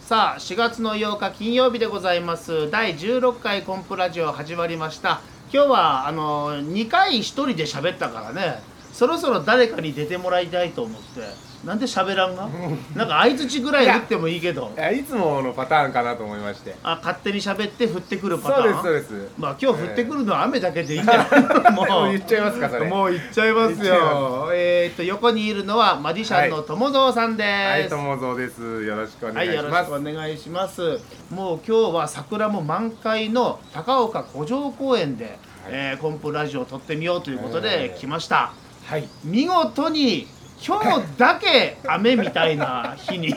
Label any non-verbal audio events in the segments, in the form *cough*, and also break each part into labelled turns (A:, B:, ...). A: さあ4月の8日金曜日でございます第16回コンプラジオ始まりました今日はあの2回1人で喋ったからねそろそろ誰かに出てもらいたいと思ってなんで喋らんがなんか相槌ぐらい打ってもいいけど
B: いやいつものパターンかなと思いまして
A: あ勝手に喋って降ってくるパタ
B: そう
A: ー
B: で
A: ン
B: すそうです
A: まあ今日降ってくるのは雨だけでいいんじゃない *laughs* も
B: もう
A: う
B: 言っちゃいますかそれ
A: もう行っちゃいます
B: 行っちゃい
A: よ。えーっと横にいるのはマジシャンの友蔵さんで
B: はい
A: す。
B: 友蔵ですよろしくお
A: は
B: 願い
A: い、
B: し
A: よろ
B: ま
A: し
B: す、
A: くお願いします。もう今日は桜も満開の高岡古城公園で、えーコンプラジオを撮ってみようということで
B: えー
A: 来ました。
B: はい
A: 見事に今日だけ雨みたいな日
B: *laughs*
A: に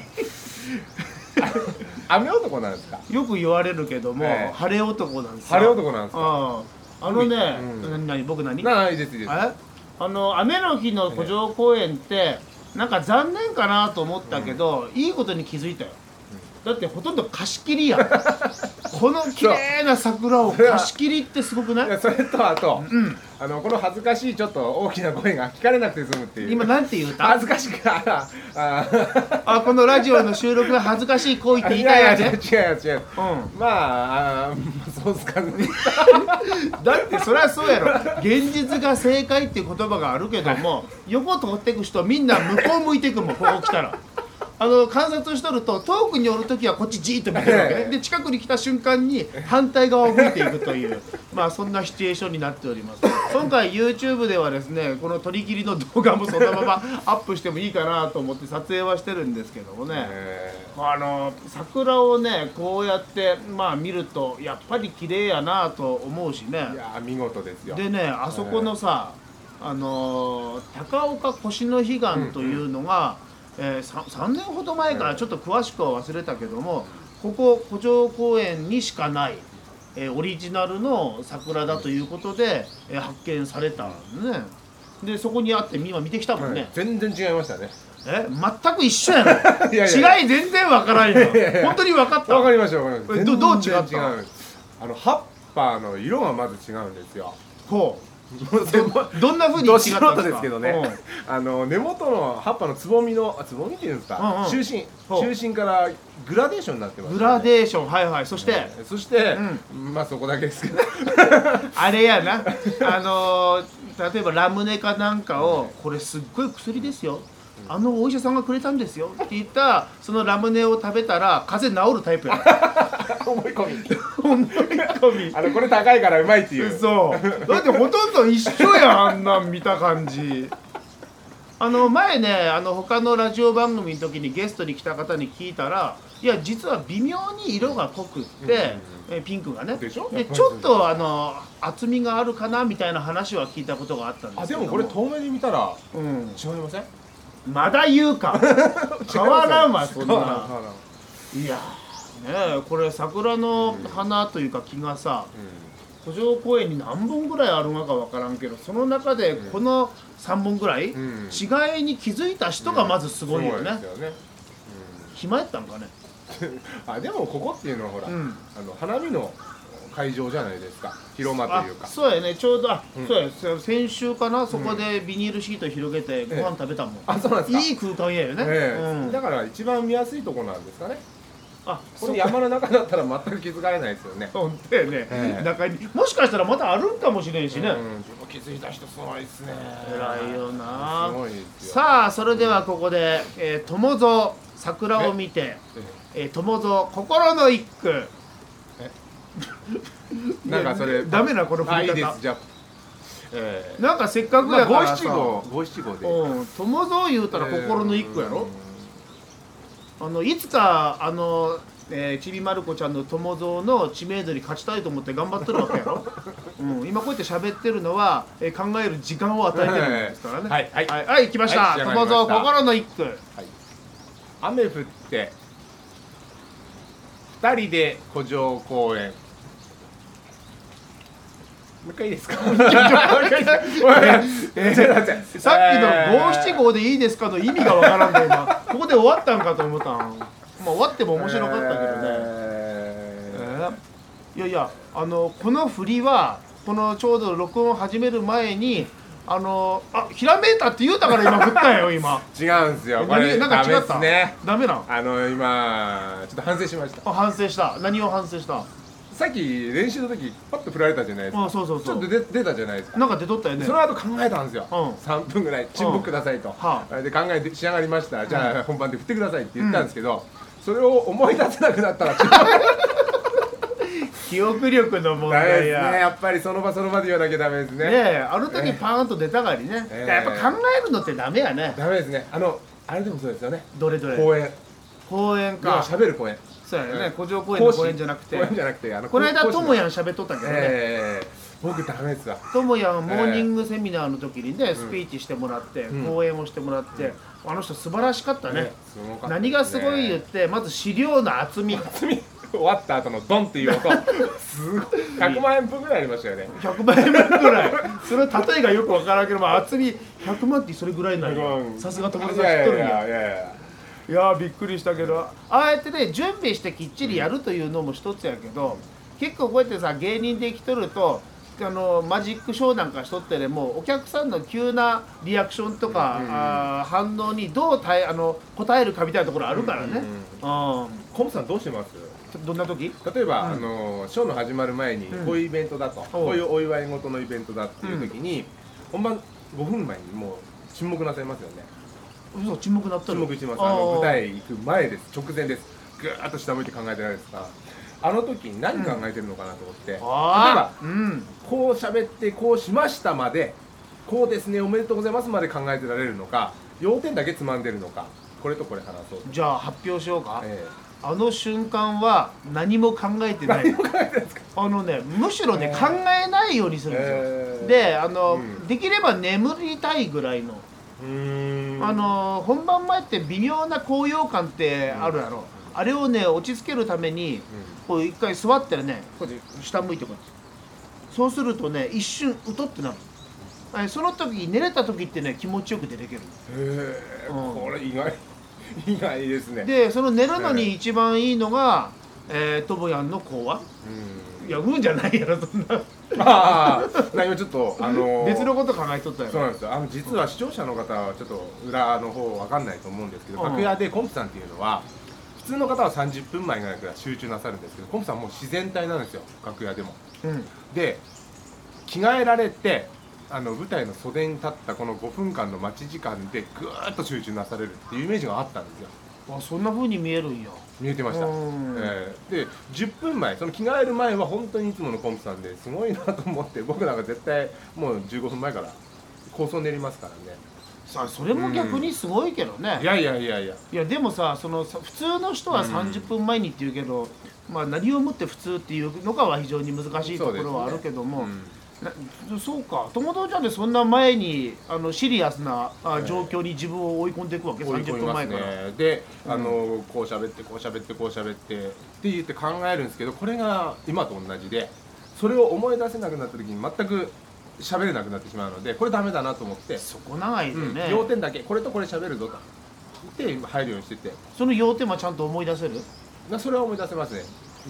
B: 雨男なんですか
A: よく言われるけども、
B: えー
A: 晴れ男なんですよ。
B: 晴れ男なんですか
A: ああのね、
B: うん
A: 何何僕何？
B: ないですいいです
A: えあの雨の日の古城公園ってなんか残念かなと思ったけど、いいことに気づいたよ、だってほとんど貸し切り
B: *laughs*
A: やんこの綺麗な桜を貸し切りってすごくないい
B: やそれとあと、
A: うん
B: あのこの恥ずかしいちょっと大きな声が聞かれなくて済むっていう
A: 今なんて言うた
B: 恥ずかしくあらあ
A: あこのラジオの収録が恥ずかしい行為って
B: ー
A: 言
B: い
A: いたい
B: や
A: わ
B: いや違
A: け
B: う違う違う
A: う
B: まああーそうっすかね
A: ん、だってそりゃそうやろ現実が正解っていう言葉があるけども横通ってく人みんな向こう向いてくもんここ来たらあの観察しとると遠くにおる時はこっちじーっと見てるわけねで近くに来た瞬間に反対側を向いていくというまあそんなシチュエーションになっております今回 YouTube ではですねこの取り切りの動画もそのままアップしてもいいかなと思って撮影はしてるんですけどもね、
B: え
A: あの桜をねこうやってまあ見るとやっぱり綺麗やなと思うしね
B: ーいやー見事ですよ
A: でねあそこのさ、あのー高岡越の悲願というのが、えー、さ 3, 年ほど前か
B: う
A: ら
B: ん
A: ちょっと詳しくは忘れたけどもここ古城公園にしかない、えーオリジナルの桜だということで、えー発見されたのねでそこにあって今見てきたもんね、
B: はい全然違いましたね
A: え全く一緒やろ
B: *laughs* いやいや
A: 違い全然わからんよ
B: いやいや
A: 本当に分かった
B: わかりましたわかりまし
A: え
B: た
A: どどう違った
B: 全然うんですあの葉っぱの色がまず違うんですよ
A: ほ
B: ど
A: うどんな風に違
B: ど
A: ったんで
B: 素
A: すか
B: 人ですけどね、あの根元の葉っぱのつぼみのあつぼみっていうんですか、
A: うんうん
B: 中心
A: ほう
B: 中心からグラデーションになってま
A: う
B: す、
A: んグラデーションはいはいそして、
B: えーそして、まあそこだけですけど
A: あれやなあのー例えばラムネかなんかをこれすっごい薬ですよあのお医者さんがくれたんですよって言ったそのラムネを食べたら風邪治るタイプやな
B: 思い込み
A: 思い込み
B: あのこれ高いからうまいっていう
A: そうだってほとんど一緒やんあんなん見た感じあの前ねあの他のラジオ番組の時にゲストに来た方に聞いたらいや実は微妙に色が濃くって、えピンクがね
B: でしょ
A: ちょっとあの厚みがあるかなみたいな話は聞いたことがあったんで
B: あ
A: すけ
B: で
A: ど
B: もこれ遠目に見たら
A: うん、
B: 違いません
A: まだ言う
B: *laughs*
A: か変わらんわそん
B: 変わらん
A: な
B: 変わらん
A: いやねえこれ桜の花というか木がさ、
B: う
A: 古城公園に何本ぐらいあるのか分からんけどその中でこの3本ぐらい、
B: ん
A: 違いに気づいた人がまずすごいよね、
B: すですよね
A: 暇やったんかね
B: あでもここっていうのはほら、
A: うん
B: あの花見の会場じゃないですか広間というか
A: あそうやねちょうどあ、
B: ん
A: そうやそう先週かなそこでビニールシート広げてご飯食べたもん、
B: あそうなんですか
A: いい空間やよね、
B: ええ
A: うん
B: だから一番見やすいとこなんですかね
A: あそ
B: これ
A: うや
B: 山の中だったら全く気づかれないですよね
A: ほんとやね、
B: ええ
A: 中にもしかしたらまたあるんかもしれんしね、
B: うん、でも気づいた人すごいですね
A: 偉いよな
B: すごいですよ
A: さあそれではここで、えー友蔵桜を見て、えー友蔵心の一句
B: なんかそれ
A: ダメなこの振り方
B: あいいですじゃあえ
A: なんかせっ
B: え
A: かくやか
B: まあ
A: らさ、
B: 五七五五七五で
A: うん、友蔵言うたら心の一個やろ、あのいつかあの、えーちびまる子ちゃんの友蔵の知名度に勝ちたいと思って頑張ってるわけや
B: *laughs*
A: ろ、うん、今こうやって喋ってるのは、えー考える時間を与えてるんですからね
B: はいはい
A: はい、はい、来ました、
B: はい仕上がり
A: 友
B: ました
A: 蔵心の一句
B: 雨降って二人で古城公園もう一回いいです
A: *laughs*
B: かもう一回いいですかごめんな *laughs* さい
A: さっきの五七五でいいですかの意味がわからんで今ここで終わったんかと思ったん、まあ、終わっても面白かったけどね、
B: えー
A: いやいやあのこの振りはこのちょうど録音を始める前にあのあひらめいたって言うたから今振ったよ今
B: 違うんですよこれ
A: 何なんか違っ
B: ダ
A: た
B: メですね
A: ダメなの
B: あの今ちょっと反省しました
A: あ反省した何を反省した
B: さっき練習の時パッと振られたじゃないですか
A: あそうそう
B: ち
A: そ
B: ょっと
A: う
B: 出出たじゃないですか
A: なんか出とったよね
B: その後考えたんですよ、
A: うん
B: 3分ぐらい沈黙くださいと、
A: は
B: で考えて仕上がりましたじゃあ本番で振ってくださいって言ったんですけど、それを思い出せなくなったらちょっと
A: 記憶力の問
B: ダメ
A: 題
B: です
A: や
B: ね
A: ね
B: やっぱりその場その場で言わなきゃダメですね
A: えあの時パーンと出たがりね、
B: ええ
A: やっぱ考えるのってダメやね
B: ダメですねあのあれでもそうですよね
A: どれどれ
B: 公演
A: 公園
B: 今
A: か
B: 喋る公演
A: そうや
B: ええ
A: ね古城公園の公園じゃなくて
B: 公演じゃなくてあの
A: この間
B: 講師
A: ともやん喋っとったけどね
B: ええ僕ダメですわ
A: ともやんモーニングセミナーの時にねスピーチしてもらって
B: うん
A: 講演をしてもらってあの人素晴らしかったね
B: すごかったですね
A: 何がすごい言ってまず資料の厚み
B: 罪終わった後のドンっていう音
A: *laughs*
B: すごい100万円分ぐらいありましたよね
A: 100万円分ぐらいそれ例えがよくわからんけども厚み100万ってそれぐらいなんよさすが友達
B: い
A: は知っ
B: や
A: と
B: い
A: るんや
B: やいやいや
A: いやーびっくりしたけどああやってね準備してきっちりやるというのも一つやけど結構こうやってさ芸人できとるとあのマジックショーなんかしとってでもお客さんの急なリアクションとか、あー反応にどう対あの答えるかみたいなところあるからね、うん
B: コムさんどうしてます
A: ちょどんな時
B: 例えば、あのショーの始まる前に、
A: うん
B: こういうイベントだと
A: おう
B: こういうお祝い事のイベントだっていう時に、本番5分前にもう沈黙なさいますよね
A: そう沈黙なっとる
B: 沈黙してますあの舞
A: あー
B: 台行く前です直前ですぐーっと下向いて考えてないですかあの時に何考えてるのかなと思って、例えば
A: あーうん
B: こう喋ってこうしましたまでこうですねおめでとうございますまで考えてられるのか要点だけつまんでるのかこれとこれ話そうと、
A: じゃあ発表しようか、
B: え
A: あの瞬間は何も考えてないあのねむしろね、
B: えー
A: 考えないようにするんですよ、
B: えー
A: であの、
B: うん
A: できれば眠りたいぐらいの、
B: えうーん
A: あの本番前って微妙な高揚感ってあるやろ、あれをね落ち着けるためにこう一回座ったらねこうやって下向いてこうやってそうするとね一瞬うとってなるえその時寝れた時ってね気持ちよく出てける
B: へえ
A: うん
B: これ意外 *laughs* 意外ですね
A: でその寝るのに一番いいのが、えー、ともやんの講話
B: うん
A: いやうんじゃないやろそんな
B: ああ何もちょっとあのー
A: 別のこと考えとったや
B: そう
A: ろ
B: なんですよあの実は視聴者の方はちょっと裏の方わかんないと思うんですけど、
A: うん
B: 楽屋でコンプさんっていうのは普通の方は30分前ぐらいから集中なさるんですけどコンプさんはもう自然体なんですよ楽屋でも
A: うん
B: で着替えられてあの舞台の袖に立ったこの5分間の待ち時間でぐーっと集中なされるっていうイメージがあったんですよ
A: あそんな風に見えるんや
B: 見えてました、え
A: うん
B: ーで10分前その着替える前は本当にいつものコンプさんですごいなと思って *laughs* 僕なんか絶対もう15分前から構想練りますからね
A: さあそれも逆にすごいけどね、
B: いやいやいやいや
A: いやでもさそのさ普通の人は
B: うん
A: 30分前にって言うけど、まあ何をもって普通っていうのかは非常に難しいところはあるけども
B: うん
A: なそう,、か友達なんでそんな前にあのシリアスなあ状況に自分を追い込んでいくわけ、
B: 追い込
A: 30
B: み
A: 分
B: ます
A: 前から、
B: ねで、あのこう喋ってこう喋ってこう喋ってって言って考えるんですけどこれが今と同じでそれを思い出せなくなった時に全く喋れなくなってしまうのでこれダメだなと思って、
A: そこ長いで
B: うん
A: ね、
B: 要点だけこれとこれ喋るぞとって今入るようにしてて
A: その要点はちゃんと思い出せる
B: なそれは思い出せますね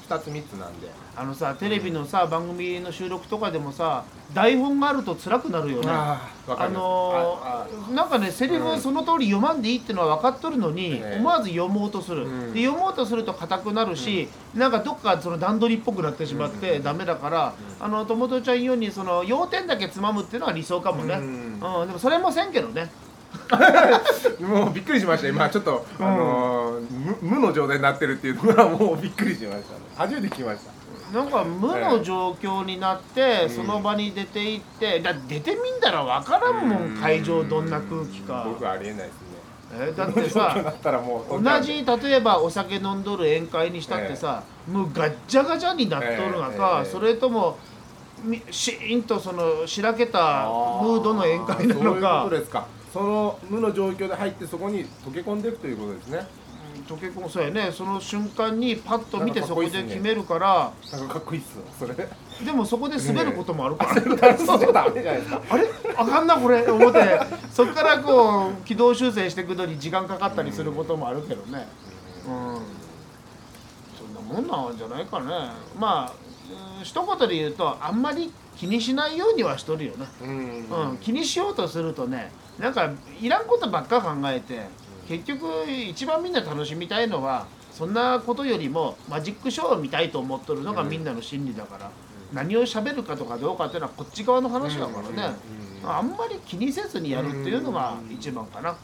B: 2つ3つなんで、
A: あのさテレビのさ、番組の収録とかでもさ台本があると辛くなるよね
B: ああわか
A: あ
B: ります
A: の
B: あ
A: ーなんかねセリフをその通り読まんでいいってのは分かっとるのに、
B: ええ
A: 思わず読もうとする、
B: うん
A: で読もうとすると硬くなるし、なんかどっかその段取りっぽくなってしまってダメだから、あの友達ちゃんようにその要点だけつまむっていうのは理想かもね、う
B: うんん
A: でもそれもせんけどね
B: あもうびっくりしました今ちょっと、あのー無無の状態になってるっていうのがもうびっくりしましたね初めて聞きました
A: なんか無の状況になって、その場に出て行ってだ出てみんだら分からんもん、会場どんな空気か、
B: 僕はありえないですね
A: えだってさ
B: だったらも
A: 同
B: う
A: じ例えばお酒飲んどる宴会にしたってさ、もうガッチャガチャになっとるがか、
B: ええ
A: それともみシーンとそのしらけた
B: あー
A: ムードの宴会なの
B: そ
A: か
B: ういうことですかその無の状況で入ってそこに溶け込んでいくということですね
A: うん溶け込むそうやねその瞬間にパッと見て
B: なんかか
A: そ
B: っこ
A: こ
B: いい
A: で
B: っすね
A: 決めるから
B: なんかかっこいいっすわそれ
A: でもそこで滑ることもあるから、
B: *laughs* それダメじゃないですか
A: あれあかんなこれ思ってそこからこう軌道修正していくのに時間かかったりすることもあるけどねうんそんなもんなんじゃないかねまあうん一言で言うとあんまり気にしないようにはしとるよな、
B: うん
A: うん、気にしようとするとねなんかいらんことばっか考えて結局一番みんな楽しみたいのはそんなことよりもマジックショーを見たいと思っとるのがみんなの心理だから、何を喋るかとかどうかっていうのはこっち側の話だからね、
B: うん
A: あんまり気にせずにやるっていうのが一番かな。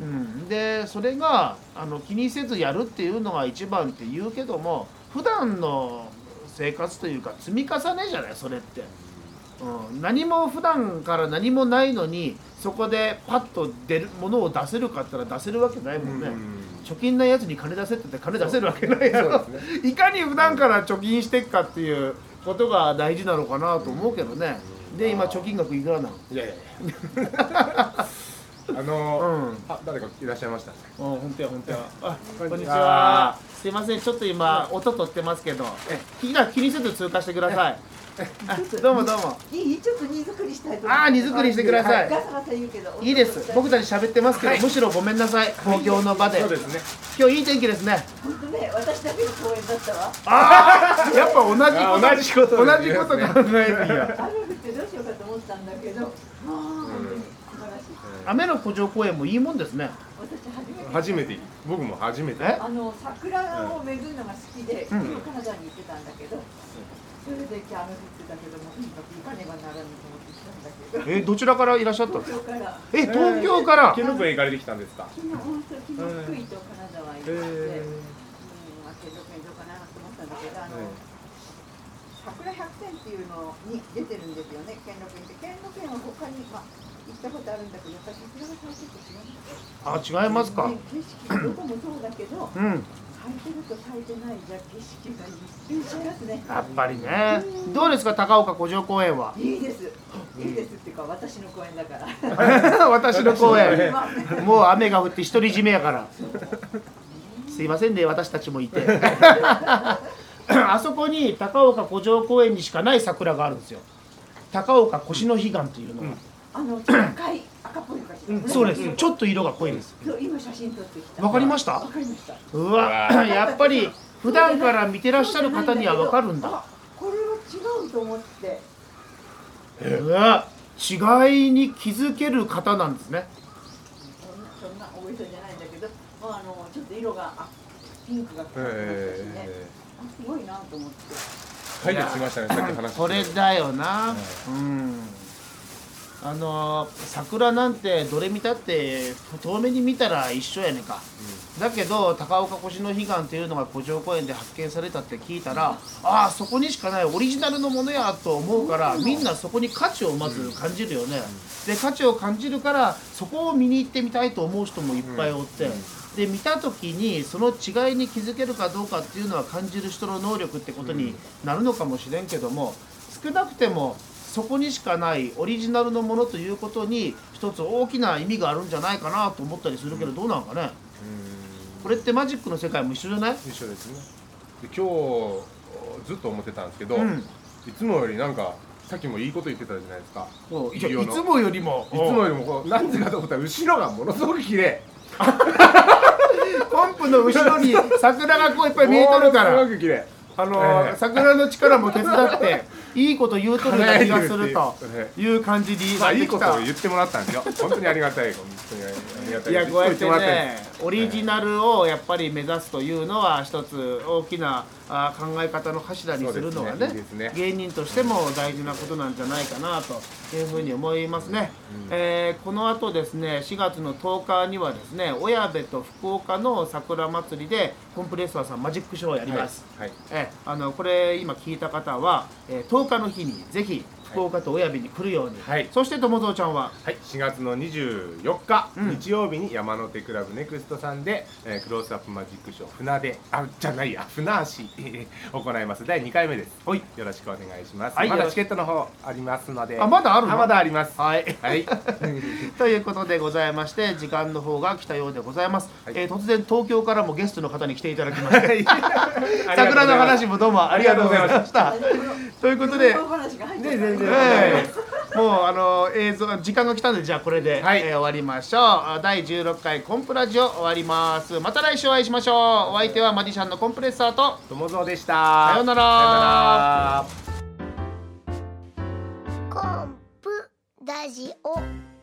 A: うん、でそれがあの気にせずやるっていうのが一番って言うけども普段の生活というか積み重ねじゃないそれって、うん、何も普段から何もないのにそこでパッと出るものを出せるかって言ったら出せるわけないもんね、貯金ないやつに金出せって言って金出せるわけないやろ
B: そう
A: *laughs*
B: で
A: いかに普段から貯金してっかっていうことが大事なのかなと思うけどねで今貯金額いくらなの
B: いやいや
A: *laughs*
B: いやあ
A: う
B: の
A: ん
B: あ誰かいらっしゃいました
A: うん、本当や本当や。あ、こ
B: こん
A: んに
B: に
A: ち
B: ち
A: は
B: は。
A: すいません、ちょっと今音取ってますけど、え、気が気にせず通過してください。あどうもどうも。
C: いいちょっと荷造りしたいと思
A: あー荷造りしてください
C: ガサガサ言うけど
A: いいです。僕た
C: ち
A: ち喋ってますけど、むしろごめんなさい。公共の場で。
B: そうですね
A: 今日いい天気ですね。
C: 本当ね私だけの公演だったわ
A: やっぱ同
B: あー同じこと
A: 同じこと考えてや。
C: 雨降ってどうしようかと思ったんだけどああ本当に素晴らしい
A: 雨の古城公園もいいもんですね。
C: 私初め
B: 初
C: て
B: めて僕も初めて
A: え
C: あの桜を巡るのが好きで、
A: うん
C: 今日カナダに行ってたんだけど、それで今日雨降ってたけどもとにかく行かねばならぬと思って来たんだけ
A: え、
C: ど
A: どちらからいらっしゃったんです
C: 東
A: か。
C: 京から
A: え、東京から。
B: キノコへ行かれてきたんですか
C: 昨日本当昨日福井とカナダは行って、
B: え
C: うんまあけどけどかなと思ったんだけどあの、桜百選っていうのに出てるんですよね、兼六園って。兼六園は他に、まあ、行ったことあるんだけど、やっぱり桜が咲いてて違うんだ
A: あ、
C: よ
A: 違いますか
C: ね。景色、どこもそうだけど、
A: うん。
C: 咲いてると咲いてないじゃ景色が一変しますね。。
A: やっぱりね。どうですか、高岡古城公園は
C: いいです。いいですっていうか、私の公園だか
A: *laughs*
C: ら。
A: 私の公
C: *laughs*
A: 園。
C: まあね
A: もう雨が降って独り占めやからすいませんね私たちもいてあそこに高岡古城公園にしかない桜があるんですよ高岡腰の悲願というのが、
C: あの、ちょっと赤い、赤っぽい感じ、
A: そうですちょっと色が濃いです
C: そう今写真撮ってきた。
A: わかりました
C: わかりました。
A: うわやっぱり普段から見てらっしゃる方にはわかるんだ
C: あ。これは違うと思って。
A: うわ違いに気づける方なんですね
C: そんなそんな大げさじゃないんだけど、まああのちょっと色があピンクが濃くなってましたしね、
B: え
C: あすごいなと思って。
B: ー、解決しましたねさっき話して
A: これだよな、うんあのー桜なんてどれ見たって遠目に見たら一緒やねんか、だけど高岡越の悲願というのが古城公園で発見されたって聞いたら、ああそこにしかないオリジナルのものやと思うからみんなそこに価値をまず感じるよね、で価値を感じるからそこを見に行ってみたいと思う人もいっぱいおって、で見た時にその違いに気づけるかどうかっていうのは感じる人の能力ってことになるのかもしれんけども少なくてもそこにしかないオリジナルのものということに一つ大きな意味があるんじゃないかなと思ったりするけどどうなんかね
B: うん
A: これってマジックの世界も一緒じゃない
B: 一緒ですねで今日ずっと思ってたんですけど、
A: うん
B: いつもよりなんかさっきもいいこと言ってたじゃないですか
A: そういや
B: いいよ
A: い
B: な
A: つもよりも
B: いつもよりもこうなんでかと思ったら後ろがものすごく綺麗
A: ポンプの後ろに桜がこういっぱい見えとるか
B: もの
A: ら
B: すごく綺麗あの
A: あ
B: ー
A: ー桜の力も手伝っていいこと言うとるような気がすると
B: え
A: いう感じにな
B: ま
A: っ
B: あ
A: て
B: いい
A: き
B: こと
A: た
B: を言ってもらった
A: *laughs*
B: んですよ本当にありがたい本当にありがたい
A: いやこうやって
B: 言もらたんで
A: ね
B: す
A: オリジナルをやっぱり目指すというのは一つ大きなあー考え方の柱にするのはね
B: そうですねいいですね
A: 芸人としても大事なことなんじゃないかなというふうに思いますね、えーこのあとですね4月の10日にはですね小谷部と福岡の桜祭りでコンプレッサーさんマジックショーをやります、
B: はい、はい
A: えあのこれ今聞いた方は、えー10日の日にぜひ福岡と親部に来るように、
B: はい
A: そして友蔵ちゃんは
B: はい、4月の24日、
A: うん
B: 日曜日に山手クラブネクストさんで、えークローズアップマジックショー船であじゃないや船足行います第2回目です
A: はい
B: よろしくお願いします、
A: はい
B: ま
A: よ
B: だ
A: ろし
B: チケットの方ありますので
A: あまだあるの
B: まだあります
A: はい
B: はい、
A: *laughs* ということでございまして時間の方が来たようでございます、
B: はい
A: えー突然東京からもゲストの方に来ていただきまして *laughs* 桜 *laughs*
B: 桜
A: の話もどうもありがとうございました
C: あのこの
A: ということで
C: この話が入っちゃっ
B: ね
C: た
B: 全然
A: ええもうあの映像時間が来たんでじゃあこれで、
B: はい
A: えー終わりましょうあ第16回コンプラジオ終わりますまた来週お会いしましょうお相手はマジシャンのコンプレッサーと
B: 友蔵でした
A: さようなら
B: さようなら
D: コンプラジオ